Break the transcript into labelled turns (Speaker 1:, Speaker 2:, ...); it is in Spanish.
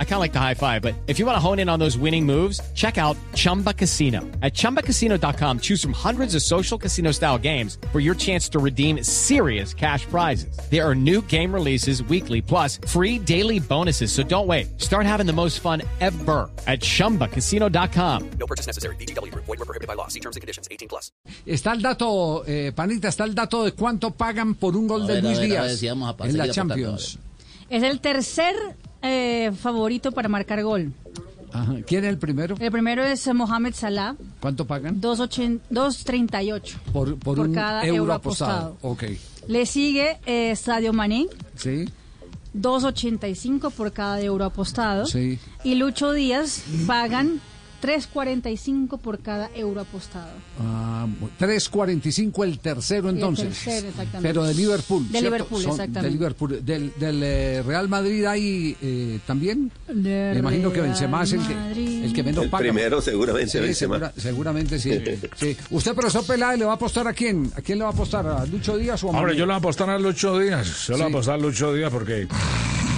Speaker 1: I kind of like the high five, but if you want to hone in on those winning moves, check out Chumba Casino. At chumbacasino.com, choose from hundreds of social casino style games for your chance to redeem serious cash prizes. There are new game releases weekly, plus free daily bonuses. So don't wait. Start having the most fun ever at chumbacasino.com.
Speaker 2: No purchase necessary. BGW. Void were prohibited by law. See terms and conditions. 18 plus.
Speaker 3: Está el dato, eh, Panita, está el dato de cuánto pagan por un gol
Speaker 4: A
Speaker 3: de
Speaker 4: ver, a
Speaker 3: Luis
Speaker 4: ver, a
Speaker 3: Díaz
Speaker 4: ver si vamos a pasar
Speaker 3: en la
Speaker 4: aquí a
Speaker 3: Champions.
Speaker 5: Es el tercer eh, favorito para marcar gol.
Speaker 3: Ajá. ¿Quién es el primero?
Speaker 5: El primero es eh, Mohamed Salah,
Speaker 3: ¿Cuánto pagan?
Speaker 5: 2.80 2.38.
Speaker 3: Por, por,
Speaker 5: por
Speaker 3: un
Speaker 5: cada
Speaker 3: euro,
Speaker 5: euro
Speaker 3: apostado.
Speaker 5: apostado.
Speaker 3: Ok,
Speaker 5: Le sigue eh, Sadio Mané,
Speaker 3: sí.
Speaker 5: 2.85 por cada euro apostado.
Speaker 3: Sí.
Speaker 5: Y Lucho Díaz pagan 3.45 por cada euro apostado.
Speaker 3: Ah, bu- 3.45 el tercero entonces.
Speaker 5: tercero, exactamente.
Speaker 3: Pero de Liverpool.
Speaker 5: De
Speaker 3: ¿cierto?
Speaker 5: Liverpool,
Speaker 3: Son
Speaker 5: exactamente.
Speaker 3: De Liverpool. Del, del, eh, Real Madrid hay eh, también.
Speaker 5: Del
Speaker 3: Me imagino que
Speaker 5: Real
Speaker 3: Benzema es el que,
Speaker 5: Madrid.
Speaker 3: el que menos
Speaker 6: El
Speaker 3: paga.
Speaker 6: primero seguramente
Speaker 3: Sí,
Speaker 6: Benzema.
Speaker 3: segura- seguramente sí. sí. ¿Usted, profesor Peláez, le va a apostar a quién? ¿A quién le va a apostar? ¿A Lucho Díaz o a
Speaker 7: Hombre,
Speaker 3: Mané?
Speaker 7: yo le voy a apostar a Lucho Díaz. Yo le voy a apostar a Lucho Díaz porque.